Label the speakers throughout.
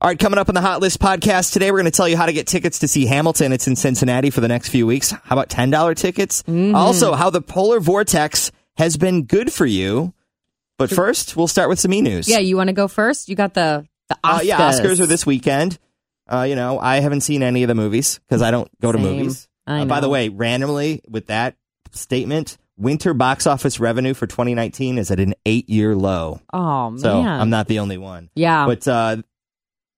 Speaker 1: All right, coming up on the Hot List podcast today, we're going to tell you how to get tickets to see Hamilton. It's in Cincinnati for the next few weeks. How about $10 tickets?
Speaker 2: Mm-hmm.
Speaker 1: Also, how the polar vortex has been good for you. But first, we'll start with some e news.
Speaker 2: Yeah, you want to go first? You got the the Oscars.
Speaker 1: Uh, yeah, Oscars are this weekend. Uh, you know, I haven't seen any of the movies because I don't go to
Speaker 2: Same.
Speaker 1: movies.
Speaker 2: I
Speaker 1: Uh, by
Speaker 2: know.
Speaker 1: the way, randomly with that statement, winter box office revenue for 2019 is at an eight year low.
Speaker 2: Oh man.
Speaker 1: So I'm not the only one.
Speaker 2: Yeah.
Speaker 1: But uh,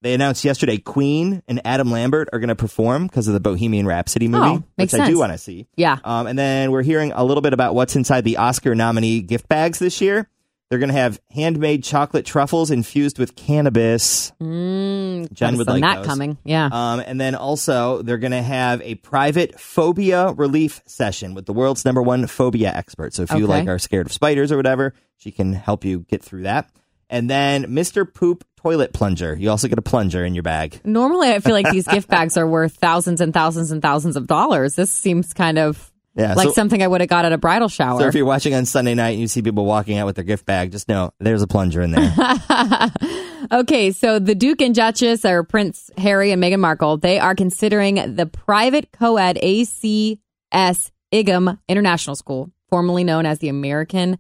Speaker 1: they announced yesterday Queen and Adam Lambert are going to perform because of the Bohemian Rhapsody movie,
Speaker 2: Oh,
Speaker 1: which
Speaker 2: makes
Speaker 1: I do
Speaker 2: sense.
Speaker 1: want to see.
Speaker 2: yeah.
Speaker 1: Um, and then we're hearing a little bit about what's inside the Oscar nominee gift bags this year. They're going to have handmade chocolate truffles infused with cannabis.
Speaker 2: Mm,
Speaker 1: Jen
Speaker 2: gotta
Speaker 1: would
Speaker 2: send
Speaker 1: like
Speaker 2: that
Speaker 1: those.
Speaker 2: coming. Yeah.
Speaker 1: Um, and then also, they're going to have a private phobia relief session with the world's number one phobia expert. So if you
Speaker 2: Okay.
Speaker 1: like are scared of spiders or whatever, she can help you get through that. And then Mr. Poop toilet plunger. You also get a plunger in your bag.
Speaker 2: Normally, I feel like these gift bags are worth thousands and thousands and thousands of dollars. This seems kind of
Speaker 1: Yeah,
Speaker 2: like
Speaker 1: so-
Speaker 2: something I would have got at a bridal
Speaker 1: So
Speaker 2: shower.
Speaker 1: if you're watching on Sunday night and you see people walking out with their gift bag, just know there's a plunger in there.
Speaker 2: okay, so the Duke and Duchess, or Prince Harry and Meghan Markle, they are considering the private co-ed ACS IGAM International School, formerly known as the American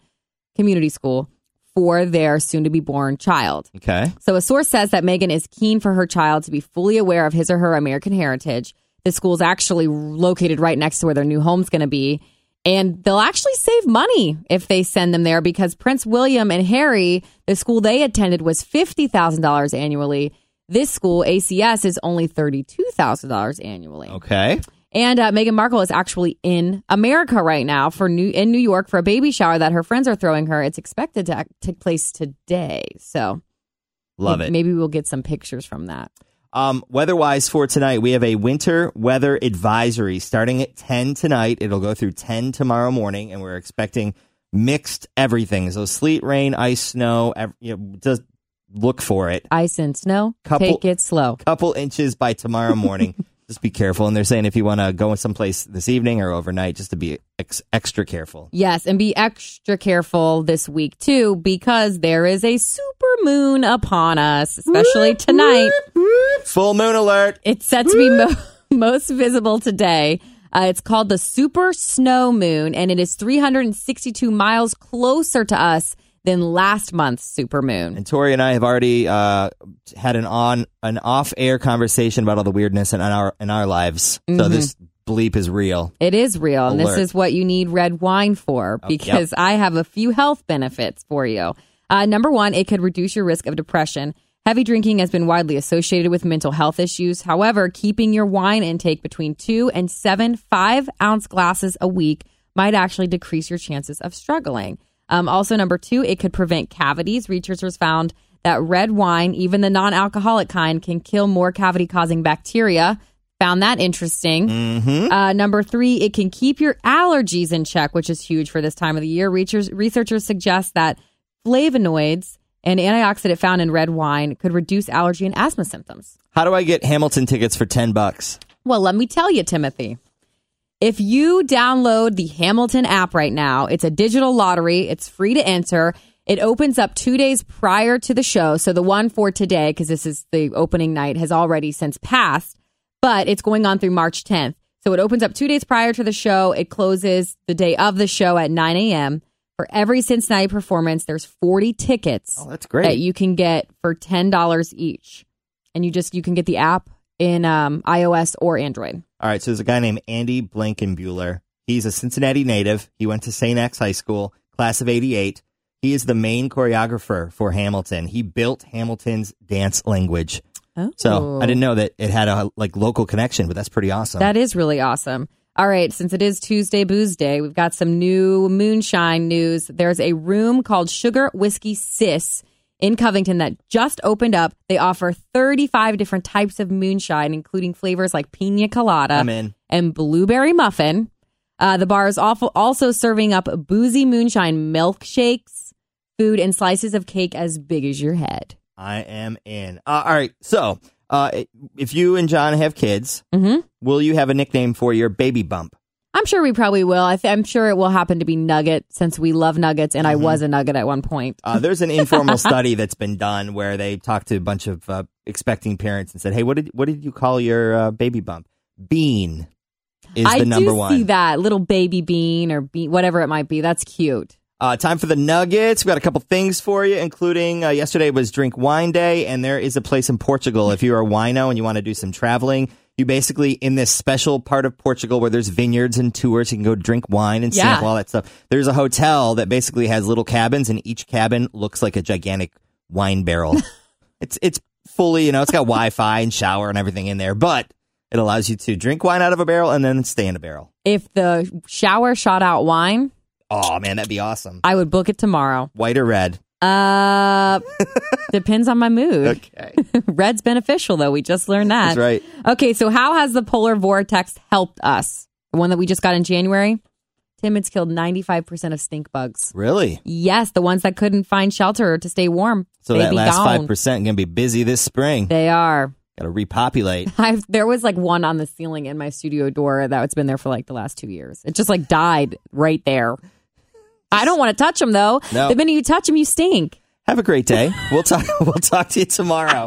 Speaker 2: Community School, for their soon-to-be-born child.
Speaker 1: okay.
Speaker 2: So a source says that Megan is keen for her child to be fully aware of his or her American heritage. The school's actually located right next to where their new home's going to be. And they'll actually save money if they send them there because Prince William and Harry, the school they attended was $50,000 annually. This school, ACS, is only $32,000 annually.
Speaker 1: Okay.
Speaker 2: And uh, Meghan Markle is actually in America right now for new in New York for a baby shower that her friends are throwing her. It's expected to act- take place today. So
Speaker 1: Love
Speaker 2: Maybe-
Speaker 1: it.
Speaker 2: Maybe we'll get some pictures from that.
Speaker 1: Um, weather-wise for tonight, we have a winter weather advisory starting at 10 tonight. It'll go through 10 tomorrow morning, and we're expecting mixed everything. So sleet, rain, ice, snow, ev- you know, just look for it.
Speaker 2: Ice and snow.
Speaker 1: Couple-
Speaker 2: take it slow.
Speaker 1: couple inches by tomorrow morning. just be careful. And they're saying if you want to go someplace this evening or overnight, just to be ex- extra careful.
Speaker 2: Yes, and be extra careful this week too, because there is a super moon upon us, especially tonight.
Speaker 1: Full moon alert.
Speaker 2: It's set to be mo- most visible today. Uh, it's called the Super Snow Moon, and it is 362 miles closer to us than last month's super moon.
Speaker 1: And Tori and I have already uh, had an on an off air conversation about all the weirdness in our in our lives. So this bleep is real.
Speaker 2: It is real, and this
Speaker 1: Alert.
Speaker 2: is what you need red wine for because I have a few health benefits for you. Uh, number one, it could reduce your risk of depression. Heavy drinking has been widely associated with mental health issues. However, keeping your wine intake between two and seven five ounce glasses a week might actually decrease your chances of struggling. Um, also, number two, it could prevent cavities. Researchers found that red wine, even the non alcoholic kind, can kill more cavity causing bacteria. Found that interesting. Uh, number three, it can keep your allergies in check, which is huge for this time of the year. Researchers, researchers suggest that flavonoids, an antioxidant found in red wine, could reduce allergy and asthma symptoms.
Speaker 1: How do I get Hamilton tickets for ten bucks?
Speaker 2: Well, let me tell you, Timothy. If you download the Hamilton app right now, it's a digital lottery. It's free to enter. It opens up two days prior to the show. So the one for today, because this is the opening night, has already since passed, but it's going on through March 10th. So it opens up two days prior to the show. It closes the day of the show at 9 a.m. For every Cincinnati performance, there's 40 tickets
Speaker 1: Oh, that's
Speaker 2: that
Speaker 1: great.
Speaker 2: you can get for ten dollars each, and you just you can get the app in um, iOS or Android.
Speaker 1: all right. So there's a guy named Andy Blankenbuehler. He's a Cincinnati native. He went to St. X High School, class of '88. He is the main choreographer for Hamilton. He built Hamilton's dance language.
Speaker 2: Oh,
Speaker 1: So I didn't know that it had a like local connection, but that's pretty awesome.
Speaker 2: That is really awesome. All right, since it is Tuesday Booze Day, we've got some new moonshine news. There's a room called Sugar Whiskey Sis in Covington that just opened up. They offer 35 different types of moonshine, including flavors like pina colada.
Speaker 1: I'm in.
Speaker 2: and blueberry muffin. Uh, the bar is awful, also serving up boozy moonshine milkshakes, food, and slices of cake as big as your head.
Speaker 1: I am in. Uh, all right. So, uh, if you and John have kids, will you have a nickname for your baby bump?
Speaker 2: Mm-hmm. I'm sure we probably will. I th- I'm sure it will happen to be nugget since we love nuggets, and I
Speaker 1: Mm-hmm.
Speaker 2: was a nugget at one point.
Speaker 1: Uh, there's an informal study that's been done where they talked to a bunch of uh, expecting parents and said, "Hey, what did what did you call your uh, baby bump? Bean is
Speaker 2: I
Speaker 1: the number
Speaker 2: do
Speaker 1: one.
Speaker 2: see that little baby bean or bean, whatever it might be. That's cute.
Speaker 1: Uh, time for the Nuggets. We got a couple things for you, including uh, yesterday was Drink Wine Day, and there is a place in Portugal. If you're a wino and you want to do some traveling, you basically in this special part of Portugal where there's vineyards and tours, you can go drink wine and
Speaker 2: Yeah.
Speaker 1: sample all that stuff. There's a hotel that basically has little cabins, and each cabin looks like a gigantic wine barrel. it's it's fully, you know, it's got Wi-Fi and shower and everything in there, but it allows you to drink wine out of a barrel and then stay in a barrel.
Speaker 2: If the shower shot out wine,
Speaker 1: Oh man, that'd be awesome.
Speaker 2: I would book it tomorrow.
Speaker 1: White or red?
Speaker 2: Uh, depends on my mood.
Speaker 1: Okay,
Speaker 2: Red's beneficial, though. We just learned that.
Speaker 1: that's right.
Speaker 2: Okay, so how has the polar vortex helped us? The one that we just got in January? Tim, it's killed 95% of stink bugs.
Speaker 1: Really?
Speaker 2: Yes, the ones that couldn't find shelter to stay warm.
Speaker 1: So
Speaker 2: they
Speaker 1: that
Speaker 2: be
Speaker 1: last
Speaker 2: gone.
Speaker 1: five percent gonna be busy this spring.
Speaker 2: They are.
Speaker 1: Got to repopulate.
Speaker 2: I've there was like one on the ceiling in my studio door that's been there for like the last two years. It just like died right there. I don't want to touch them though.
Speaker 1: No.
Speaker 2: The minute you touch them, you stink.
Speaker 1: Have a great day. We'll talk. We'll talk to you tomorrow.